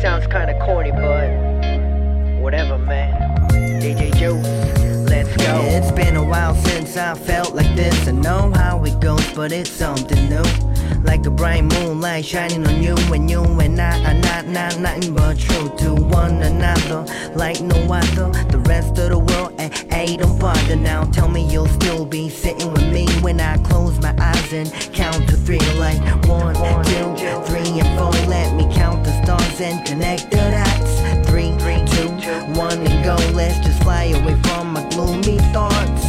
sounds kinda corny, but whatever, man. DJ Joe, let's go. Yeah, it's been a while since I felt like this. I know how it goes, but it's something new. Like a bright moonlight shining on you, and you and I are not, not nothing but true to one another. Like no other, the rest of the world eh, eh, don't bother now. Tell me you'll still be sitting with me when I close my eyes and count to three. Like one, two, three, and four. Let me count the stars and connect the dots. Three, two, one, and go. Let's just fly away from my gloomy thoughts.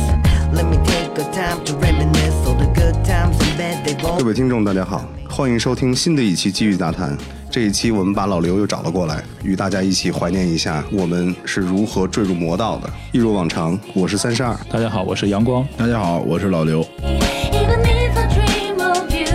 Let me take a time to reminisce all the good times and bad they've all 各位听众，大家好，欢迎收听新的一期《机遇杂谈》。这一期我们把老刘又找了过来，与大家一起怀念一下我们是如何坠入魔道的。一如往常，我是三十二，大家好，我是阳光。大家好，我是老刘。 Even if I dream of you,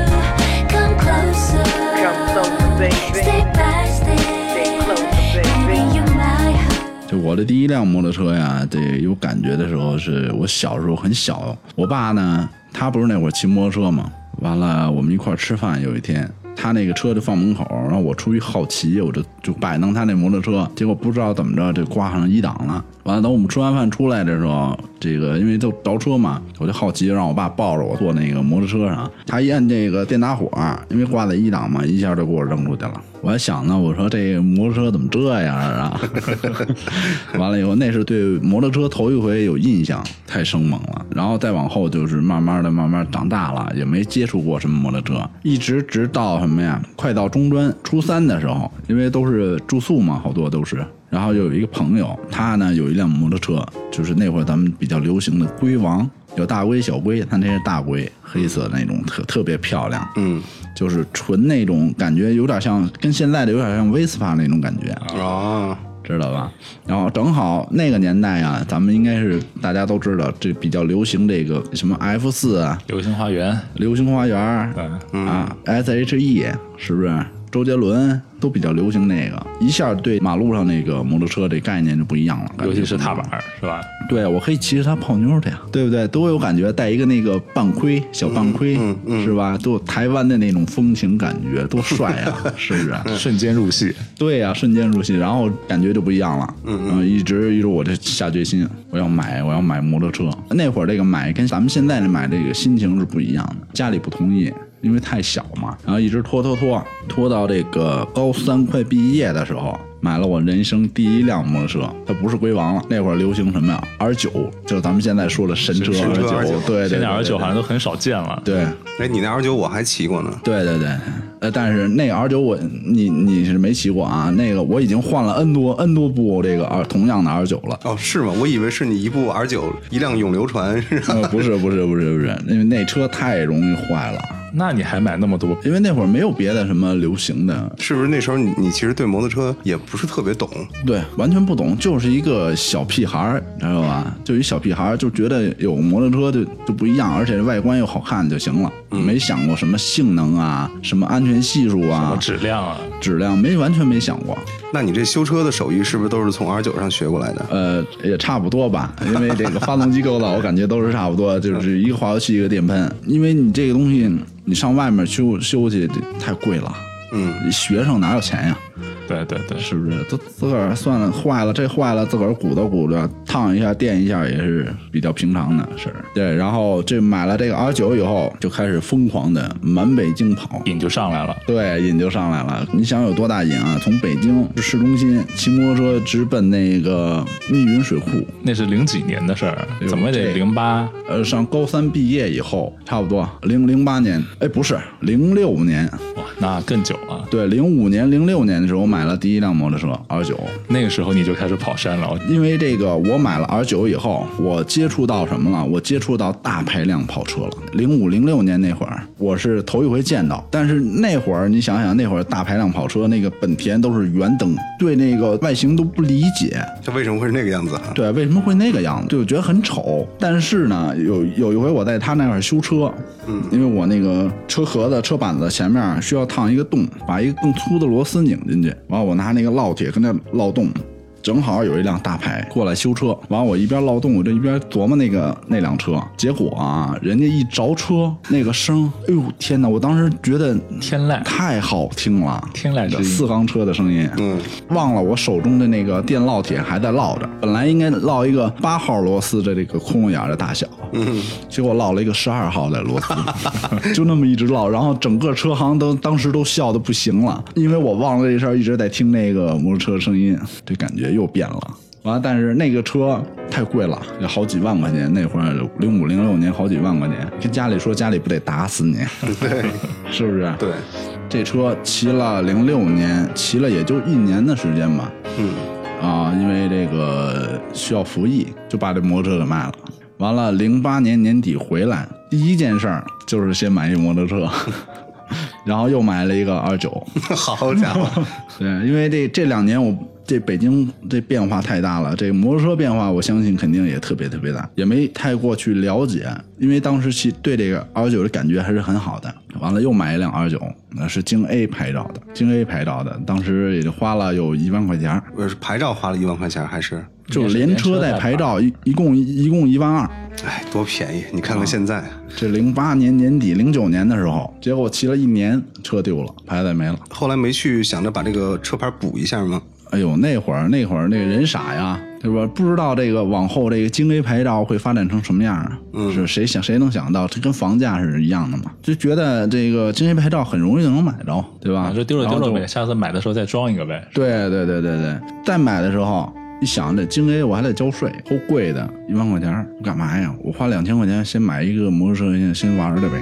come closer. Come closer, baby. Stay by step. Stay closer, baby. Baby, you're my heart. 就我的第一辆摩托车呀，这有感觉的时候是我小时候很小，我爸呢，他不是那会儿骑摩托车嘛，完了我们一块儿吃饭，有一天他那个车就放门口，然后我出于好奇，我就就摆弄他那摩托车，结果不知道怎么着就挂上一档了。完了，等我们吃完饭出来的时候，这个因为都着车嘛，我就好奇让我爸抱着我坐那个摩托车上，他一按这个电打火，啊因为挂在一档嘛，一下就给我扔出去了。我还想呢，我说这个摩托车怎么这样啊？完了以后，那是对摩托车头一回有印象，太生猛了。然后再往后就是慢慢的、慢慢地长大了，也没接触过什么摩托车，一直直到什么呀？快到中专初三的时候，因为都是住宿嘛，好多都是。然后有一个朋友，他呢有一辆摩托车，就是那会儿咱们比较流行的龟王，有大龟、小龟，他那是大龟，黑色那种，特特别漂亮。嗯，就是纯那种感觉，有点像跟现在的有点像威斯帕那种感觉。啊，知道吧？然后正好那个年代啊，咱们应该是大家都知道，这比较流行这个什么 F 四啊、流星花园，流星花园儿对，啊、SHE 是不是？周杰伦都比较流行那个，一下对马路上那个摩托车这概念就不一样了，感觉尤其是踏板儿，是吧？对我可以骑着它泡妞的呀，对不对？多有感觉，戴一个那个半盔，小半盔，是吧？多有台湾的那种风情感觉，多帅 啊，是不是？瞬间入戏，对呀、瞬间入戏，然后感觉就不一样了。嗯嗯，一直一直我就下决心，我要买，我要买摩托车。那会儿这个买跟咱们现在的买这个心情是不一样的，家里不同意。因为太小嘛，然后一直拖拖拖，拖到这个高三快毕业的时候，买了我人生第一辆摩托车，它不是龟王了。那会儿流行什么呀？R 九，就是咱们现在说的神车神 R 车九 R9，对对对现在对 R 九对好像都很少见了。对，哎，你那 R 九我还骑过呢。对对对，呃，但是那个 R 九我你你是没骑过啊？那个我已经换了 N 多 N 多部这个 R 同样的 R 九了。哦，是吗？我以为是你一部 R 九，一辆永流传。是吧呃，不是不是不是不是，因为那车太容易坏了，那你还买那么多？因为那会儿没有别的什么流行的，是不是那时候你你其实对摩托车也不是特别懂？对，完全不懂，就是一个小屁孩儿，知道吧？就一小屁孩儿，就觉得有摩托车就就不一样，而且外观又好看就行了，嗯没想过什么性能啊，什么安全系数什么啊，质量啊？质量没完全没想过。那你这修车的手艺是不是都是从 R 九上学过来的？呃，也差不多吧，因为这个发动机构 造，我感觉都是差不多，就是一个化油器，一个电喷。因为你这个东西，你上外面修修去这太贵了，嗯，学生哪有钱呀？对对对，是不是？都自个儿算了，坏了这坏了，自个儿鼓捣鼓捣，烫一下、电一下也是比较平常的事儿。对，然后这买了这个 R 九以后，就开始疯狂的满北京跑，瘾就上来了。对，瘾就上来了。你想有多大瘾啊？从北京市中心骑摩托车直奔那个密云水库，那是零几年的事儿哎，呦怎么也得这零八呃，上高三毕业以后，差不多零零八年，哎，不是零六年，哇，那更久啊了。对，零五年、零六年的时候，我买了第一辆摩托车 R 九。那个时候你就开始跑山了，因为这个，我买了 R 九以后，我接触到什么了？我接触到大排量跑车了。零五零六年那会儿，我是头一回见到。但是那会儿，你想想，那会儿大排量跑车那个本田都是圆灯，对那个外形都不理解。它为什么会是那个样子啊？对，为什么会那个样子？对，我觉得很丑。但是呢，有有一回我在他那儿修车，嗯，因为我那个车壳子、车板子前面啊需要烫一个洞，把一个更粗的螺丝拧进去，完了我拿那个烙铁跟那烙洞。正好有一辆大牌过来修车，完我一边劳动，我这一边琢磨那个那辆车。结果啊，人家一着车，那个声，哎呦天哪！我当时觉得天籁太好听了，天籁之音四缸车的声音。嗯，忘了我手中的那个电烙铁还在烙着，本来应该烙一个八号螺丝的这个窟窿眼儿的大小，嗯，结果烙了一个十二号的螺丝， 就那么一直烙，然后整个车行都当时都笑的不行了，因为我忘了这事儿，一直在听那个摩托车的声音，这感觉又变了。完了，但是那个车太贵了，要好几万块钱。那会儿零五零六年好几万块钱，跟家里说家里不得打死你，对 是不是？对，这车骑了零六年，骑了也就一年的时间吧。嗯，啊，因为这个需要服役，就把这摩托车给卖了。完了，零八年年底回来，第一件事儿就是先买一摩托车， 然后又买了一个二九。 好家 伙，对，因为这这两年我这北京这变化太大了，这摩托车变化我相信肯定也特别特别大，也没太过去了解，因为当时其对这个 R 九的感觉还是很好的。完了又买一辆 R 九，那是京 A 牌照的，京 A 牌照的，当时也就花了有一万块钱儿，我是牌照花了一万块钱，还是就是连连车车带带牌牌照一一共一共一万二。哎多便宜？你看啊看现在，这零八年年底零九年的时候，结果骑了一年，车丢了，牌子也没了。后来没去想着把这个车牌补一下吗？哎呦，那会儿那会儿那个人傻呀，对吧？不知道这个往后这个京 A 牌照会发展成什么样啊？嗯是谁想谁能想到，这跟房价是一样的嘛？就觉得这个京 A 牌照很容易就能买着，对吧？啊，就丢了丢然了后就呗，下次买的时候再装一个呗。对对对对对，再买的时候一想，这京 A 我还得交税，齁贵的，一万块钱儿，我干嘛呀？我花两千块钱先买一个摩托车，先先玩 儿的呗。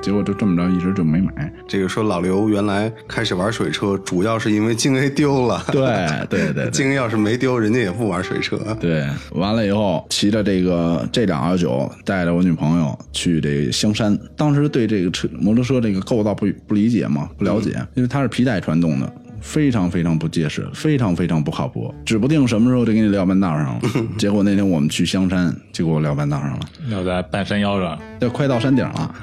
结果就这么着，一直就没买。这个说老刘原来开始玩水车，主要是因为京 A 丢了。对对 对对，京 A 要是没丢，人家也不玩水车。对，完了以后骑着这个这辆 R 九，带着我女朋友去这香山。当时对这个车摩托车这个构造不不理解嘛，不了解，嗯因为它是皮带传动的。非常非常不结实，非常非常不靠谱，指不定什么时候就给你撂半道上 了。结果那天我们去香山，结果撂半道上了。要在半山腰上，对，快到山 顶了，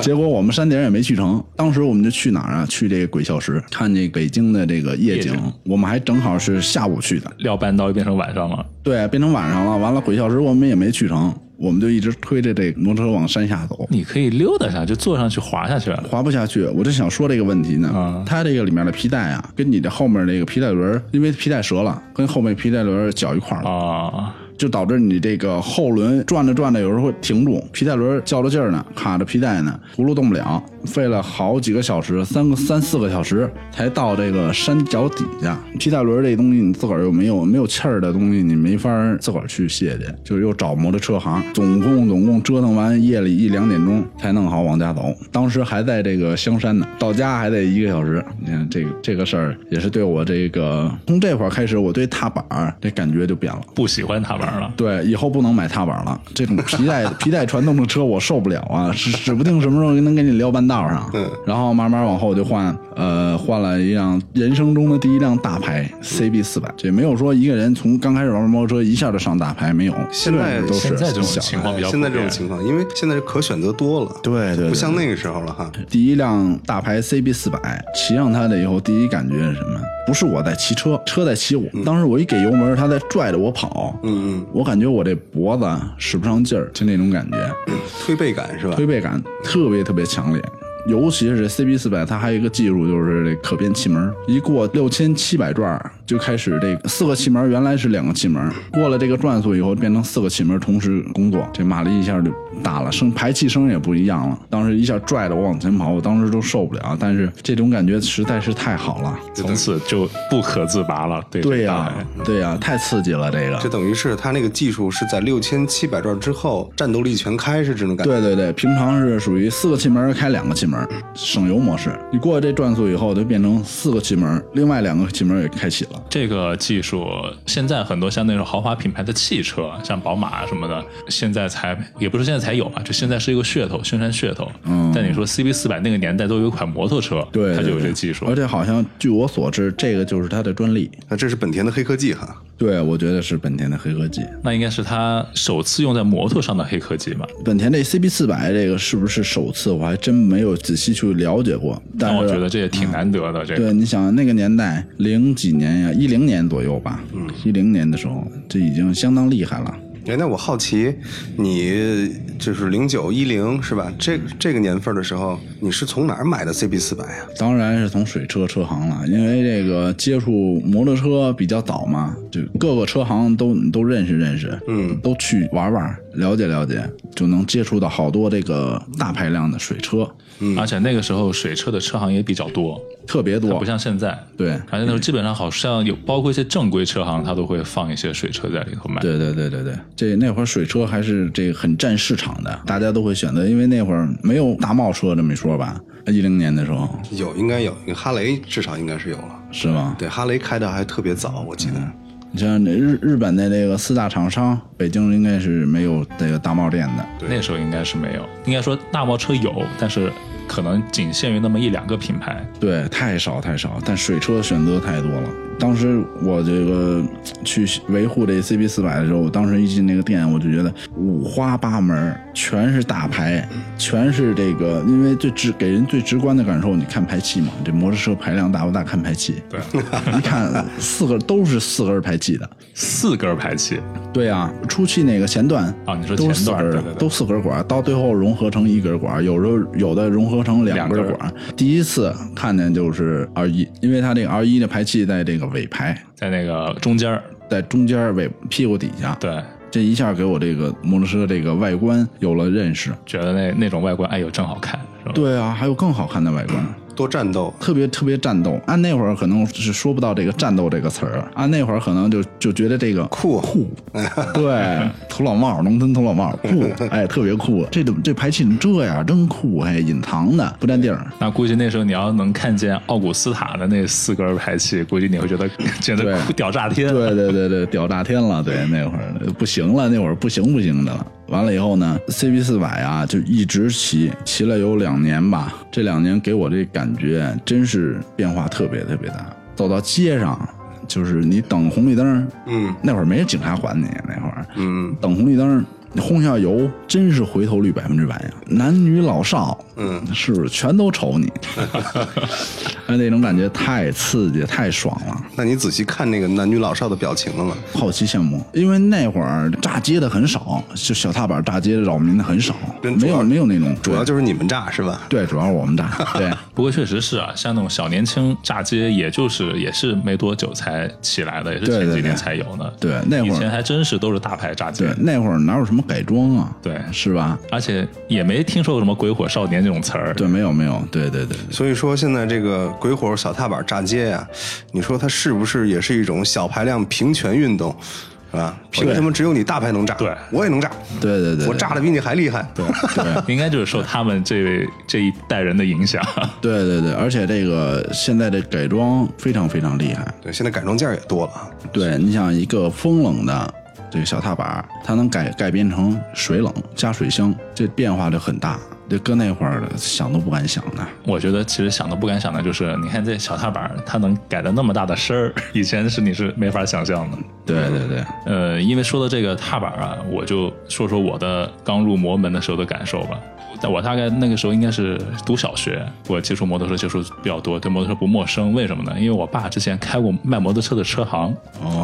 结果我们山顶也没去成。当时我们就去哪儿啊？去这个鬼笑石，看这北京的这个夜景。夜景我们还正好是下午去的，撂半道就变成晚上了。对，变成晚上了。完了，鬼笑石我们也没去成，我们就一直推着这摩托车往山下走，你可以溜达一下，就坐上去滑下去。滑不下去。我正想说这个问题呢，啊它这个里面的皮带啊，跟你这后面这个皮带轮儿，因为皮带折了，跟后面皮带轮儿绞一块儿了，啊，就导致你这个后轮转着转着，有时候会停住，皮带轮儿较着劲儿呢，卡着皮带呢，轱辘动不了，费了好几个小时，三个三四个小时才到这个山脚底下。皮带轮儿这东西你自个儿又没有没有气儿的东西，你没法儿自个儿去卸去，就是又找摩托车行，总共总共折腾完夜里一两点钟才弄好往家走。当时还在这个香山呢，到家还得一个小时。你看这个这个事儿也是对我这个从这会儿开始，我对踏板儿这感觉就变了。不喜欢踏板了。对，以后不能买踏板了，这种皮带 皮带传动的车我受不了啊，指指不定什么时候能给你撩半道上。嗯然后慢慢往后就换，呃，换了一辆人生中的第一辆大牌 CB 四百，这没有说一个人从刚开始玩摩托车一下就上大牌，没有，现在基本上都是现在这种小的情况比较普现遍在这种情况，因为现在是可选择多了，对对对不像那个时候了哈。第一辆大牌 CB 四百，骑上它了以后，第一感觉是什么？不是我在骑车，车在骑我。当时我一给油门，它在拽着我跑，嗯，我感觉我这脖子使不上劲儿，就那种感觉。嗯，推背感是吧？推背感特别特别强烈。尤其是 CB 四百，它还有一个技术就是这可变气门，一过六千七百转儿就开始这个四个气门原来是两个气门，过了这个转速以后变成四个气门同时工作，这马力一下就大了，声排气声也不一样了。当时一下拽着我往前跑，我当时都受不了，但是这种感觉实在是太好了。从此就不可自拔了。对对呀、对对呀、太刺激了这个。这等于是他那个技术是在六千七百转之后，战斗力全开是这种感觉。对对对，平常是属于四个气门开两个气门，省油模式。你过了这转速以后，就变成四个气门，另外两个气门也开启了。这个技术现在很多像那种豪华品牌的汽车，像宝马什么的，现在才也不是现在才有吧，就现在是一个噱头，宣传噱头。嗯但你说 CB 四百那个年代都有一款摩托车，对，对它就有对这技术而且好像据我所知，这个就是它的专利。那这是本田的黑科技哈，对，我觉得是本田的黑科技。那应该是他首次用在摩托上的黑科技吧？本田这 CB 四百这个是不是首次？我还真没有仔细去了解过。但但是我觉得这也挺难得的。这个对，你想那个年代，零几年呀，一零年左右吧，一零年的时候，这已经相当厉害了。哎，那我好奇，你就是零九一零是吧？这这个年份的时候，你是从哪儿买的 CB 四百啊？当然是从水车车行了，因为这个接触摩托车比较早嘛，就各个车行都都认识认识，嗯，都去玩玩，了解了解，就能接触到好多这个大排量的水车，而且那个时候水车的车行也比较多，特别它多不。像现在。对而且那时候基本上好像有，包括一些正规车行，它都会放一些水车在里头卖。对对对对对，这那会儿水车还是这个很占市场的，大家都会选择，因为那会儿没有大贸车这么一说吧，一零年的时候有，应该有，哈雷至少应该是有了。是吗？对，哈雷开的还特别早，我记得。你像那日日本的这个四大厂商，北京应该是没有这个大贸店的。那时候应该是没有，应该说大贸车有，但是可能仅限于那么一两个品牌。对，太少太少，但水车选择太多了。当时我这个去维护这 CB 四百的时候，我当时一进那个店，我就觉得五花八门，全是大牌，全是这个，因为最直给人最直观的感受，你看排气嘛，这摩托车排量大不大，看排气。对，一看四个都是四根排气的。四根排气，对啊，出气那个前段啊你说都前是四段根对儿对对都四根管儿，到最后融合成一根管儿，有时候有的融合成两根两根儿管儿。第一次看见就是 R 一，因为它这个 R 一的排气在这个尾排，在那个中间儿，在中间儿尾屁股底下，对，这一下给我这个摩托车这个外观有了认识。觉得那那种外观，哎呦，真好看，是吧？对啊，还有更好看的外观。嗯多战斗，特别特别战斗，按那会儿可能是说不到这个战斗这个词儿，按那会儿可能就就觉得这个酷啊酷，对，土老帽，农村土老帽，酷，哎，特别酷。这怎么这排气怎么这样？真酷，哎，隐藏的不占地儿。那估计那时候你要能看见奥古斯塔的那四根排气，估计你会觉得 简直对酷屌炸天。对对对对，屌炸天了！对， 那会儿不行了，那会儿不行不行的了。完了以后呢，CB 四百啊，就一直骑，骑了有两年吧。这两年给我这感觉真是变化特别特别大。走到街上，就是你等红绿灯，嗯那会儿没人警察管你，那会儿，嗯等红绿灯，你轰下油，真是回头率百分之百呀！男女老少，嗯，是不是全都瞅 你？哎，那种感觉太刺激，太爽了，那你仔细看那个男女老少的表情了吗？好奇羡慕。因为那会儿炸街的很少，就小踏板炸街扰民的很少，跟没主有要没有那种，主要就是你们炸是吧？对，主要是我 们炸，对。不过确实是啊，像那种小年轻炸街，也就是也是没多久才起来的，也是对前对几年对才有呢。对那会儿以前还真是都是大牌炸街对，，那会儿哪有什么改装啊？对是吧？而且也没听说过什么“鬼火少年”这种词儿。对，没有没有，对对对所以说现在这个鬼火小踏板炸街呀、你说它是不是也是一种小排量平权运动，是吧？凭什么只有你大牌能炸？对我也能炸，对对对对，我炸的比你还厉害。对， 应该就是受他们这这一代人的影响。 对对对，而且这个现在这改装非常非常厉害，对，现在改装件儿也多了啊。对，你想一个风冷的这个小踏板儿，它能改改变成水冷加水箱，这变化就很大。这搁那会儿想都不敢想呢。我觉得其实想都不敢想的就是，你看这小踏板儿，它能改的那么大的声儿， 以前是你是没法想象的。对对对，呃，因为说到这个踏板啊，我就说说我的刚入魔门的时候的感受吧。但我大概那个时候应该是读小学，我接触摩托车接触比较多，对摩托车不陌生。为什么呢？因为我爸之前开过卖摩托车的车行，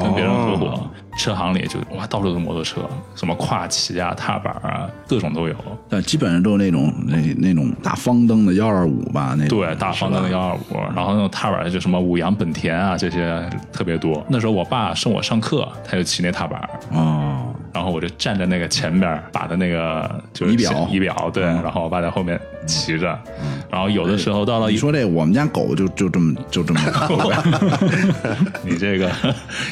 跟别人合伙，车行里就哇到处都是摩托车，什么跨骑啊、踏板啊，各种都有。但基本上都是那种那那种大方灯的幺二五吧，那种对，大方的是吧那幺二五，然后那种踏板儿就什么五羊、本田啊这些特别多。那时候我爸送我上课，他就骑那踏板儿，哦，然后我就站在那个前面儿，把的那个就是仪表嗯仪表对，然后我爸在后面骑着，然后有的时候到了你啊一。说这我们家狗就就这么就这么 你这个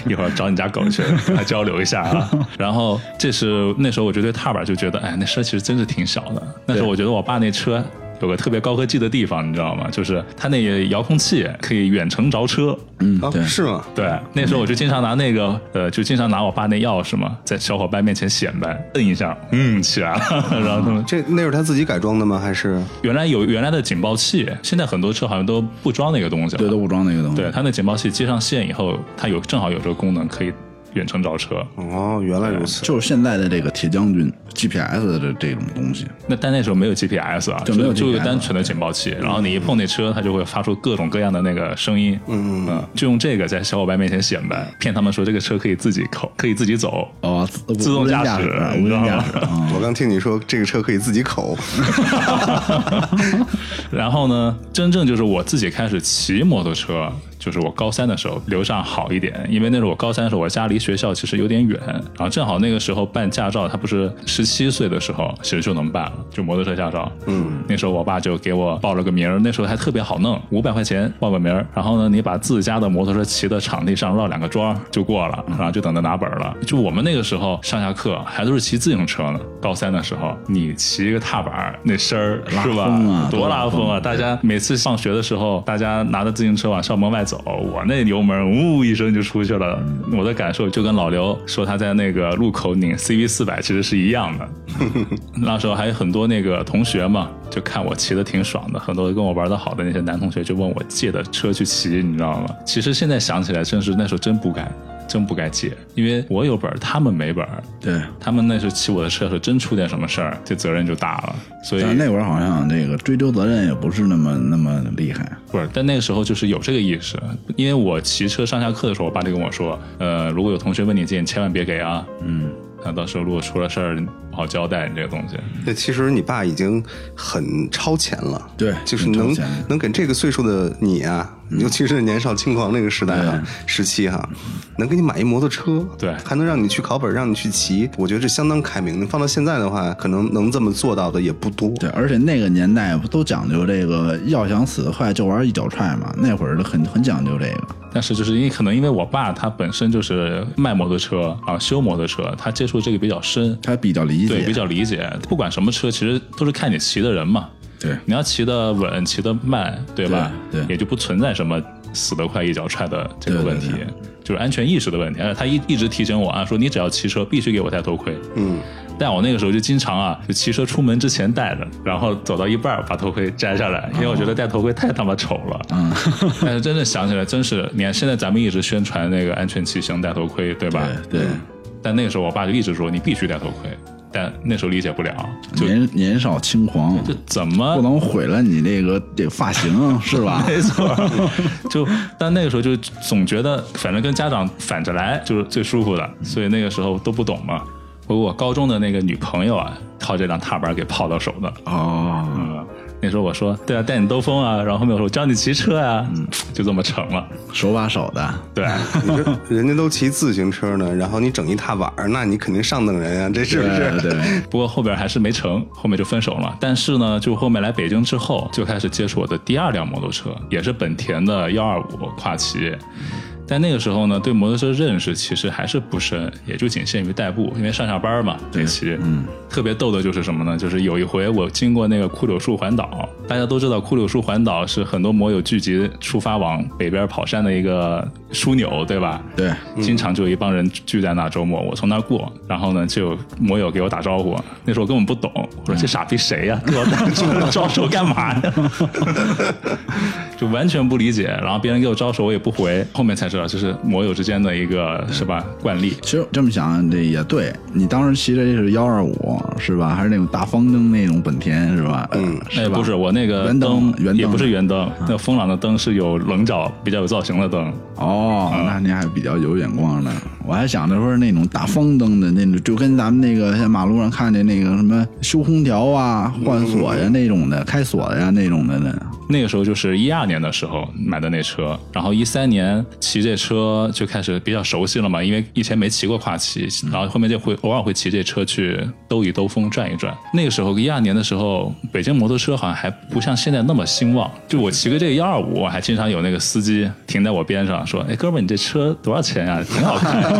一会儿找你家狗去跟它交流一下啊。然后这是那时候我就对踏板就觉得，哎，那车其实真是挺小的。那时候我觉得我爸那车。有个特别高科技的地方，你知道吗？就是它那个遥控器可以远程着车。嗯啊对，是吗？对，那时候我就经常拿那个，呃，就经常拿我爸那钥匙嘛，在小伙伴面前显摆，摁一下，嗯，起来了。 然后他们这那是他自己改装的吗？还是原来有原来的警报器，现在很多车好像都不装那个东西了。嗯 对都不装那个东西，对，它那警报器接上线以后，它有正好有这个功能，可以远程招车。哦，原来如此。就是现在的这个铁将军 GPS 的这这种东西，那但那时候没有 GPS 啊，就没有就 GPS 有单纯的警报器，然后你一碰那车，它就会发出各种各样的那个声音，嗯就用这个在小伙伴面前显摆，骗他们说这个车可以自己口，可以自己走，哦，无自动无人驾驾驶 无你知人道驾吗驶啊，我刚听你说这个车可以自己口，然后呢，真正就是我自己开始骑摩托车，就是我高三的时候，留上好一点，因为那时候我高三的时候，我家离学校其实有点远，然后正好那个时候办驾照，他不是十七岁的时候其实就能办了，就摩托车驾照。嗯，那时候我爸就给我报了个名儿，那时候还特别好弄，五百块钱报个名儿，然后呢，你把自家的摩托车骑到场地上绕两个桩儿就过了，然后就等着拿本儿了。就我们那个时候上下课还都是骑自行车呢，高三的时候你骑一个踏板儿那声儿是吧？风啊多拉拉风风啊啊！大家每次上学的时候，大家拿着自行车往校门外走，我那油门呜一声就出去了。嗯我的感受就跟老刘说他在那个路口拧 CV 四百其实是一样 的。那时候还有很多那个同学嘛，就看我骑的挺爽的，很多跟我玩的好的那些男同学就问我借的车去骑，你知道吗？其实现在想起来，真是那时候真不该。真不该借，因为我有本儿，他们没本儿。对。他们那时候骑我的车的时候，真出点什么事儿，这责任就大了。所以但那会儿好像这个追究责任也不是那么那么厉害，不是，但那个时候就是有这个意识，因为我骑车上下课的时候，我爸就跟我说，呃，如果有同学问你借，你千万别给啊，嗯，那到时候如果出了事儿，不好交代你这个东西。那其实你爸已经很超前了，对就是很超能前嗯能给这个岁数的你啊，尤其是年少轻狂那个时代啊，时期哈、能给你买一摩托车，对还能让你去考本，让你去骑，我觉得这相当开明。放到现在的话，可能能这么做到的也不多。对，而且那个年代不都讲究这个要想死得快就玩一脚踹嘛，那会儿都很很讲究这个，但是就是因为可能因为我爸他本身就是卖摩托车啊，修摩托车，他接触这个比较深，他比较理解，对比较理解。不管什么车，其实都是看你骑的人嘛。对你要骑得稳，骑得慢，对吧？对对也就不存在什么死得快一脚踹的这个问题，对对对就是安全意识的问题。而且他一一直提醒我啊，说你只要骑车必须给我戴头盔。嗯，但我那个时候就经常啊，就骑车出门之前戴着，然后走到一半儿把头盔摘下啊来，因为我觉得戴头盔太他妈丑了。嗯， 但是真的想起来，真是你看现在咱们一直宣传那个安全骑行戴头盔，对吧？对对但那个时候我爸就一直说你必须戴头盔，但那时候理解不了，就年年少轻狂，就怎不么。能毁了你这个这个 发型是吧？没错， 就但那个时候就总觉得，反正跟家长反着来就是最舒服的，所以那个时候都不懂嘛。我我高中的那个女朋友啊，靠这辆踏板给泡到手的，哦，嗯，那时候我说对啊，带你兜风啊，然后后面我说我教你骑车啊，就这么成了。手把手的，对，你说人家都骑自行车呢，然后你整一踏板儿，那你肯定上等人啊，这是不对是？对，不过后边还是没成，后面就分手了。但是呢，就后面来北京之后，就开始接触我的第二辆摩托车，也是本田的幺二五跨骑。但那个时候呢，对摩托车认识其实还是不深，也就仅限于代步，因为上下班嘛，得骑。嗯，特别逗的就是什么呢？就是有一回我经过那个枯柳树环岛，大家都知道枯柳树环岛是很多摩友聚集出发往北边跑山的一个枢纽，对吧？对经常就有一帮人聚在那周末，我从那儿过，然后呢，就有摩友给我打招呼，那时候我根本不懂，我说这傻逼谁 呀、给我打招招手干嘛呀？ 就完全不理解，然后别人给我招手我也不回，后面才知道这是摩友之间的一个是吧惯例。其实这么想这也对，你当时骑的这是幺二五是吧？还是那种大方灯那种本田是吧？嗯，哎，吧不是我那个圆灯圆灯啊也不是圆灯，那风朗的灯是有棱角、比较有造型的灯。哦，嗯那您还比较有眼光呢。我还想着说那种大方灯的那种，就跟咱们那个在马路上看见那个什么修空调啊、换锁呀那种的、开锁呀那种的呢。那个时候就是一二年的时候买的那车，然后一三年骑这车就开始比较熟悉了嘛，因为以前没骑过跨骑，然后后面就会偶尔会骑这车去兜一兜风转一转。那个时候一二年的时候，北京摩托车好像还不像现在那么兴旺，就我骑个这个幺二五，我还经常有那个司机停在我边上说：“哎，哥们儿，你这车多少啊钱呀、挺好看。”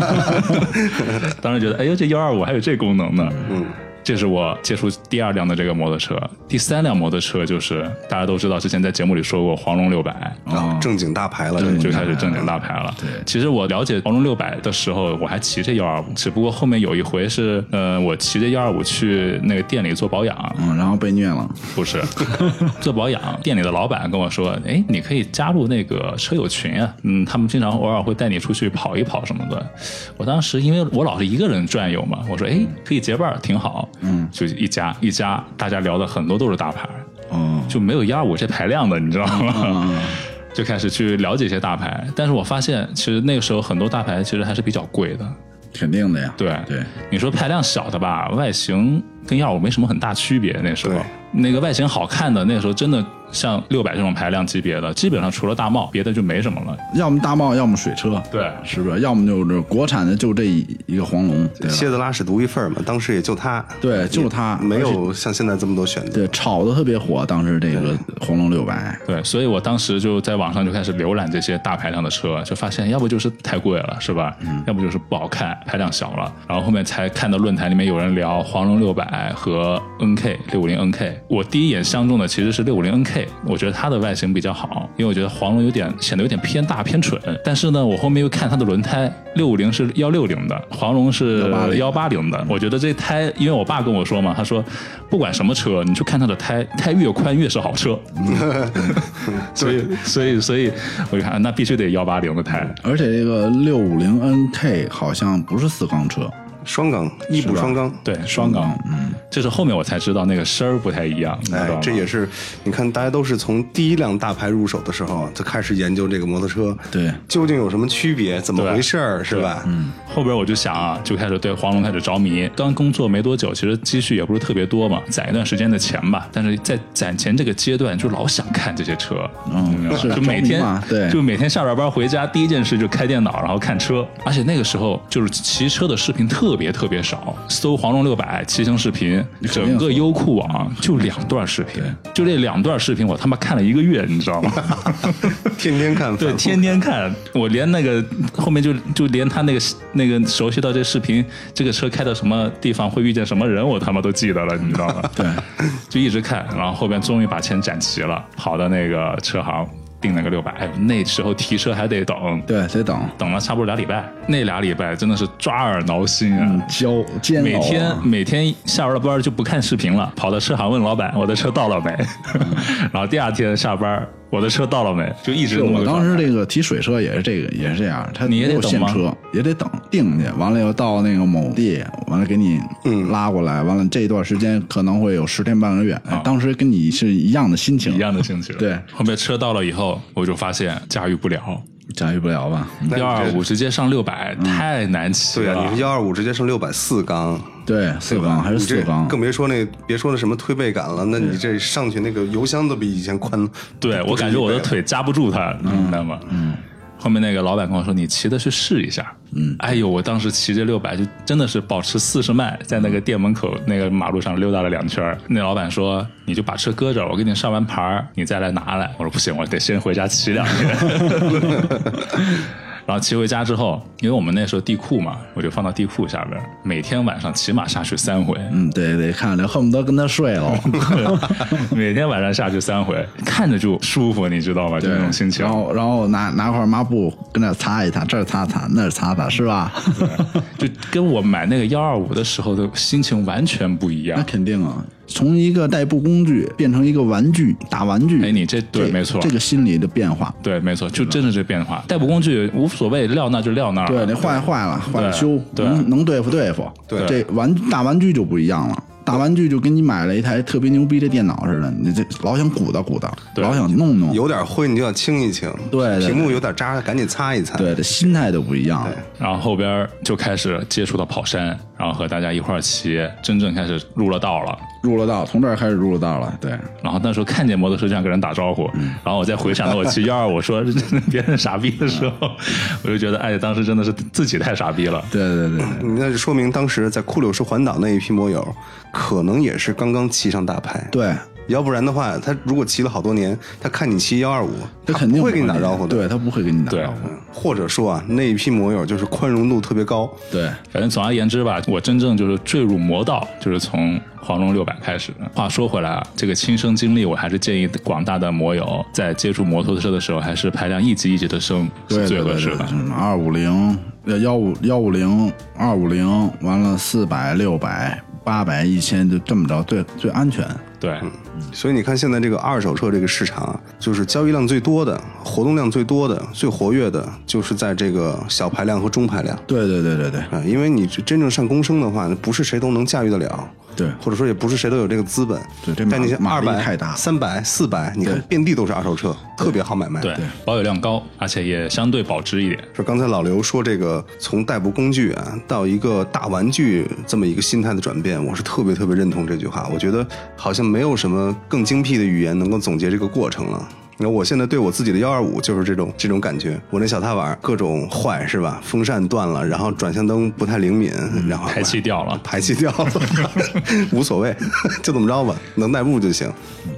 当时觉得，哎呦，这幺二五还有这功能呢。嗯。这是我接触第二辆的这个摩托车。第三辆摩托车就是大家都知道，之前在节目里说过黄龙六百，哦啊，正经大牌了，对，这就个开始正经大牌了。对其实我了解黄龙六百的时候，我还骑着幺二五，只不过后面有一回是，呃，我骑着幺二五去那个店里做保养，嗯，然后被虐了，不是 做保养，店里的老板跟我说，哎，你可以加入那个车友群啊，嗯，他们经常偶尔会带你出去跑一跑什么的。我当时因为我老是一个人转悠嘛，我说，哎，可以结伴儿，挺好，嗯，就一加一加，大家聊的很多都是大牌，哦，就没有幺二五这排量的，你知道吗？嗯 就开始去了解一些大牌，但是我发现其实那个时候很多大牌其实还是比较贵的。肯定的呀， 对嗯对，你说排量小的吧，外形跟幺五没什么很大区别。那时候对那个外形好看的，那时候真的像六百这种排量级别的，基本上除了大帽，别的就没什么了。要么大帽，要么水车，对是不是？要么就是国产的，就这一一个黄龙，对吧蝎子拉屎独一份儿嘛，当时也就他，对，就它没而且有像现在这么多选择。对炒的特别火，当时这个黄龙六百，对，所以我当时就在网上就开始浏览这些大排量的车，就发现要不就是太贵了，是吧？要不就是不好看，排量小了。然后后面才看到论坛里面有人聊黄龙六百和 NK 六五零 NK，我第一眼相中的其实是六五零 NK，我觉得它的外形比较好，因为我觉得黄龙有点显得有点偏大偏蠢。但是呢，我后面又看它的轮胎，六五零是幺六零的，黄龙是180幺八零的。我觉得这胎，因为我爸跟我说嘛，他说不管什么车，你去看它的胎，胎越宽越是好车。所以，所以，所以，我就看那必须得幺八零的胎，而且这个六五零 NK 好像不是四缸车，双缸，一补双缸。对，双缸，嗯，这是后面我才知道那个声儿不太一样，你知道哎吗，这也是你看，大家都是从第一辆大牌入手的时候就开始研究这个摩托车，对究竟有什么区别，怎么对回事儿，是吧？嗯，后边我就想啊，就开始对黄龙开始着迷。刚工作没多久，其实积蓄也不是特别多嘛，攒一段时间的钱吧。但是在攒钱这个阶段，就老想看这些车，嗯你明白吧是就每着迷天嘛对就每天下了班回家，第一件事就开电脑，然后看车。而且那个时候就是骑车的视频特别特别少，搜黄龙六百骑行视频，定整个搜优酷网就两段视频，就这两段视频，我他妈看了一个月，你知道吗？天天看，对，反复天天看，我连那个后面就就连他那个那个熟悉到这视频，这个车开到什么地方会遇见什么人，我他妈都记得了，你知道吗？对，就一直看，然后后边终于把钱攒齐了，跑到那个车行订了个六百，哎呦，那时候提车还得等，对，得等，等了差不多俩礼拜，那俩礼拜真的是抓耳挠心啊。焦煎每熬啊天每天下完了班就不看视频了，跑到车行问老板我的车到了没，然后第二天下班我的车到了没，就一直是那么我个当状态时这个提水车也是这个，也是这样，他你也得没有等现吗车，也得等定去，完了又到那个某地，完了给你嗯拉过来，完了这段时间可能会有十天半个月，哎当时跟你是一样的心情，啊一样的兴趣。对后面车到了以后，我就发现驾驭不了驾驭不了吧？那你幺二这嗯五，直接上六百、太难骑对了。啊，你是幺二五直接升六百四缸，对，四缸还是你四这缸？更别说那别说那什么推背感了，那你这上去那个油箱都比以前宽。对我感觉我的腿夹不住它，你知道吗？嗯。后面那个老板跟我说：“你骑的去试一下。”嗯，哎呦，我当时骑着六百，就真的是保持四十迈，在那个店门口那个马路上溜达了两圈儿。那老板说：“你就把车搁这儿，我给你上完牌儿，你再来拿来。”我说：“不行，我得先回家骑两天。” 然后骑回家之后，因为我们那时候地库嘛，我就放到地库下边儿，每天晚上起码下去三回。嗯，对，得看着，恨不得跟他睡了， 每天晚上下去三回，看着就舒服，你知道吗？就那种心情然。后然后拿拿块抹布跟那擦一擦，这儿擦擦，那儿擦擦，是吧？啊就跟我买那个幺二五的时候的心情完全不一 那样。肯定啊，从一个代步工具变成一个玩具，打玩具。哎你这对没错这个心理的变化。对，没错，就真是这变化。代步工具无所谓，撂那就撂那儿对，了。你坏坏了，坏了啊对修，对能能对付对付。对这玩大玩具就不一样了。大玩具就跟你买了一台特别牛逼的电脑似的，你这老想鼓捣鼓捣，对老想弄弄，有点灰你就要清一清，对对屏幕有点渣赶紧擦一擦。对，这心态都不一样了。然后后边就开始接触到跑山，然后和大家一块儿骑，真正开始入了道了。入了道，从这儿开始入了道了。对，然后那时候看见摩托车就想跟人打招呼，嗯然后我再回想到我骑幺二五说别人傻逼的时候， 我就觉得哎，当时真的是自己太傻逼了。对对对对，那就说明当时在酷柳市环岛那一批摩友，可能也是刚刚骑上大牌。对，要不然的话，他如果骑了好多年，他看你骑幺二五，他肯定不会跟你打招呼的。嗯对他不会跟你打对招呼，或者说啊，那一批摩友就是宽容度特别高，对，反正总而言之吧，我真正就是坠入魔道，就是从黄龙六百开始的。话说回来啊，这个亲身经历，我还是建议广大的摩友在接触摩托车的时候，还是排量一级一级的升是对最对合对适对，的。什么二五零、呃幺五幺五零、二五零，完了四百、六百、八百、一千，就这么着，对，最安全。对，所以你看现在这个二手车这个市场啊，就是交易量最多的、活动量最多的、最活跃的，就是在这个小排量和中排量。对对对对对啊，因为你真正上公升的话，不是谁都能驾驭得了，对或者说也不是谁都有这个资本。对这但你像马二马力百、太大三百、四百，你看对遍地都是二手车，特别好买卖。对，保有量高，而且也相对保值一点。说刚才老刘说这个从代步工具啊到一个大玩具这么一个心态的转变，我是特别特别认同这句话。我觉得好像没有什么更精辟的语言能够总结这个过程了。那我现在对我自己的幺二五就是这种这种感觉，我那小踏板啊各种坏是吧？风扇断了，然后转向灯不太灵敏，然后嗯排气掉 了排气掉了，无所谓， 就这么着吧，能代步就行。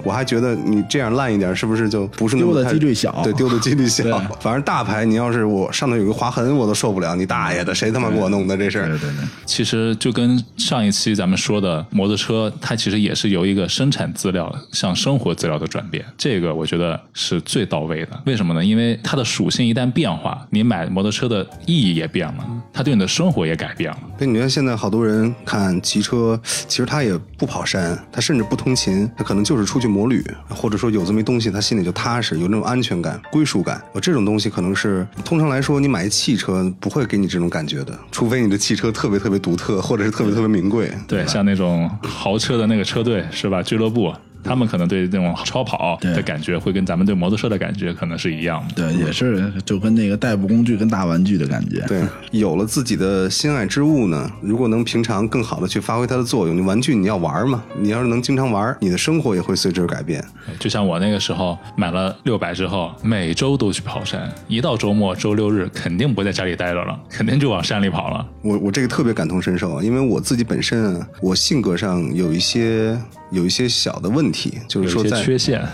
我还觉得你这样烂一点，是不是就不是那么丢的太几率小对，丢的几率小对。反正大牌，你要是我上头有个划痕，我都受不了。你大爷的，谁他妈给我弄的这事嗯对儿对？对，其实就跟上一期咱们说的摩托车，它其实也是由一个生产资料向生活资料的转变，这个我觉得是最到位的。为什么呢？因为它的属性一旦变化，你买摩托车的意义也变了，它对你的生活也改变了。对，你看现在好多人看骑车，其实他也不跑山，他甚至不通勤，他可能就是出去摩旅，或者说有这么一东西，他心里就踏实，有那种安全感、归属感。我这种东西可能是通常来说，你买一汽车不会给你这种感觉的，除非你的汽车特别特别独特，或者是特别特别名贵。对，像那种豪车的那个车队是吧？俱乐部，他们可能对那种超跑的对感觉，会跟咱们对摩托车的感觉可能是一样的。对也是就跟那个代步工具跟大玩具的感觉。 对，有了自己的心爱之物呢，如果能平常更好的去发挥它的作用，你玩具你要玩嘛，你要是能经常玩，你的生活也会随之而改变。就像我那个时候买了六百之后，每周都去跑山，一到周末周六日肯定不在家里待着了，肯定就往山里跑了。我我这个特别感同身受，啊，因为我自己本身啊，我性格上有一些有一些小的问题，就有是一说些在缺陷，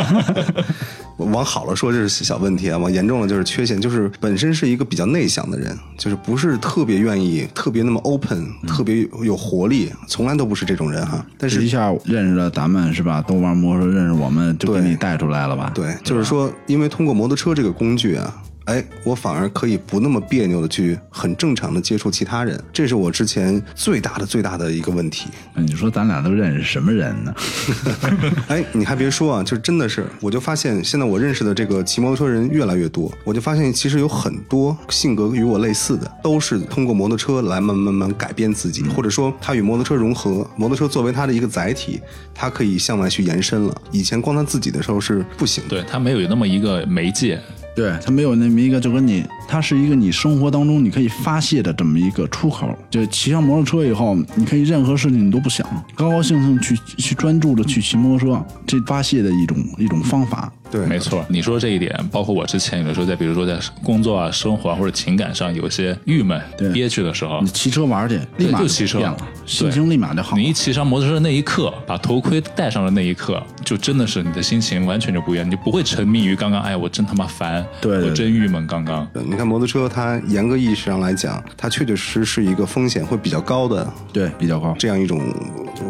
往好了说这是小问题啊，往严重了就是缺陷，就是本身是一个比较内向的人，就是不是特别愿意、特别那么 open、特别有活力，从来都不是这种人哈。但这是一下认识了咱们是吧？都玩摩托车认识我们，就给对你带出来了吧？对，就是说，因为通过摩托车这个工具啊，哎，我反而可以不那么别扭的去很正常的接触其他人，这是我之前最大的最大的一个问题。那哎你说咱俩都认识什么人呢？哎，你还别说啊，就真的是，我就发现现在我认识的这个骑摩托车人越来越多，我就发现其实有很多性格与我类似的，都是通过摩托车来慢慢慢慢改变自己，或者说他与摩托车融合，摩托车作为他的一个载体，他可以向外去延伸了。以前光他自己的时候是不行的。对它没有那么一个媒介。对他没有那么一个，就跟你，它是一个你生活当中你可以发泄的这么一个出口。就骑上摩托车以后，你可以任何事情你都不想，高高兴兴去去专注的去骑摩托车，这发泄的一种一种方法。对没错，你说这一点，包括我之前有的时候在，比如说在工作啊、生活啊或者情感上有一些郁闷、憋屈的时候你，骑车玩去，立马对就骑车变了，心情立马就好了。你一骑上摩托车的那一刻，把头盔戴上的那一刻，就真的是你的心情完全就不一样，你就不会沉迷于刚刚，哎，我真他妈烦，对对我真郁闷，刚刚。呃你看摩托车，它严格意义上来讲，它确确实实是一个风险会比较高的对比较高，这样一种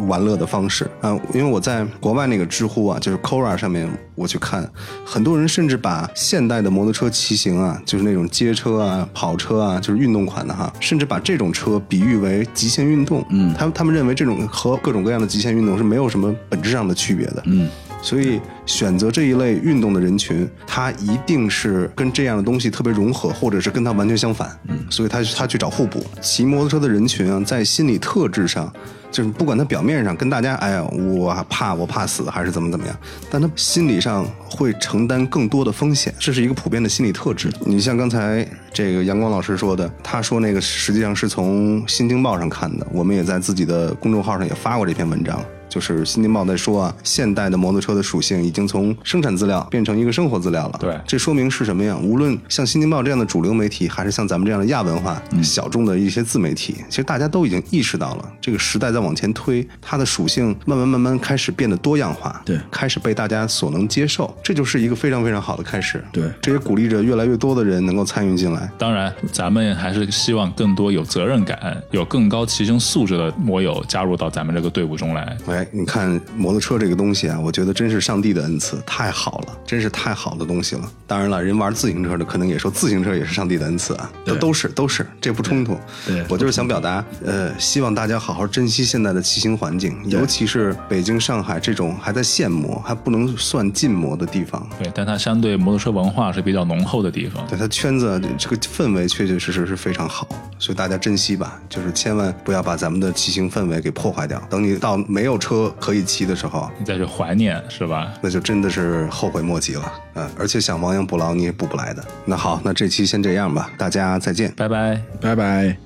玩乐的方式啊。因为我在国外那个知乎啊，就是 Quora 上面我去看，很多人甚至把现代的摩托车骑行啊，就是那种街车啊、跑车啊，就是运动款的哈，甚至把这种车比喻为极限运动。嗯，他们他们认为这种和各种各样的极限运动是没有什么本质上的区别的。嗯。所以选择这一类运动的人群，他一定是跟这样的东西特别融合，或者是跟他完全相反。嗯，所以他他去找互补。骑摩托车的人群啊，在心理特质上，就是不管他表面上跟大家，哎呀，我怕我怕死还是怎么怎么样，但他心理上会承担更多的风险，这是一个普遍的心理特质。你像刚才这个阳光老师说的，他说那个实际上是从《新京报》上看的，我们也在自己的公众号上也发过这篇文章。就是《新京报》在说啊，现代的摩托车的属性已经从生产资料变成一个生活资料了。对这说明是什么呀？无论像《新京报》这样的主流媒体，还是像咱们这样的亚文化、嗯小众的一些自媒体，其实大家都已经意识到了，这个时代在往前推，它的属性慢慢慢慢开始变得多样化，对开始被大家所能接受，这就是一个非常非常好的开始。对这也鼓励着越来越多的人能够参与进来。当然，咱们还是希望更多有责任感、有更高骑行素质的摩友加入到咱们这个队伍中来。哎，你看摩托车这个东西啊，我觉得真是上帝的恩赐，太好了，真是太好的东西了。当然了，人玩自行车的可能也说自行车也是上帝的恩赐啊，都对都是都是，这不冲突。对对我就是想表达，呃，希望大家好好珍惜现在的骑行环境，尤其是北京、上海这种还在限摩还不能算禁摩的地方。对，但它相对摩托车文化是比较浓厚的地方。对它圈子这个氛围确确实实是非常好，所以大家珍惜吧，就是千万不要把咱们的骑行氛围给破坏掉。等你到没有车可以骑的时候，你再去怀念，是吧？那就真的是后悔莫及了。嗯，而且想亡羊补牢你也补不来的。那好，那这期先这样吧，大家再见。拜拜。拜拜。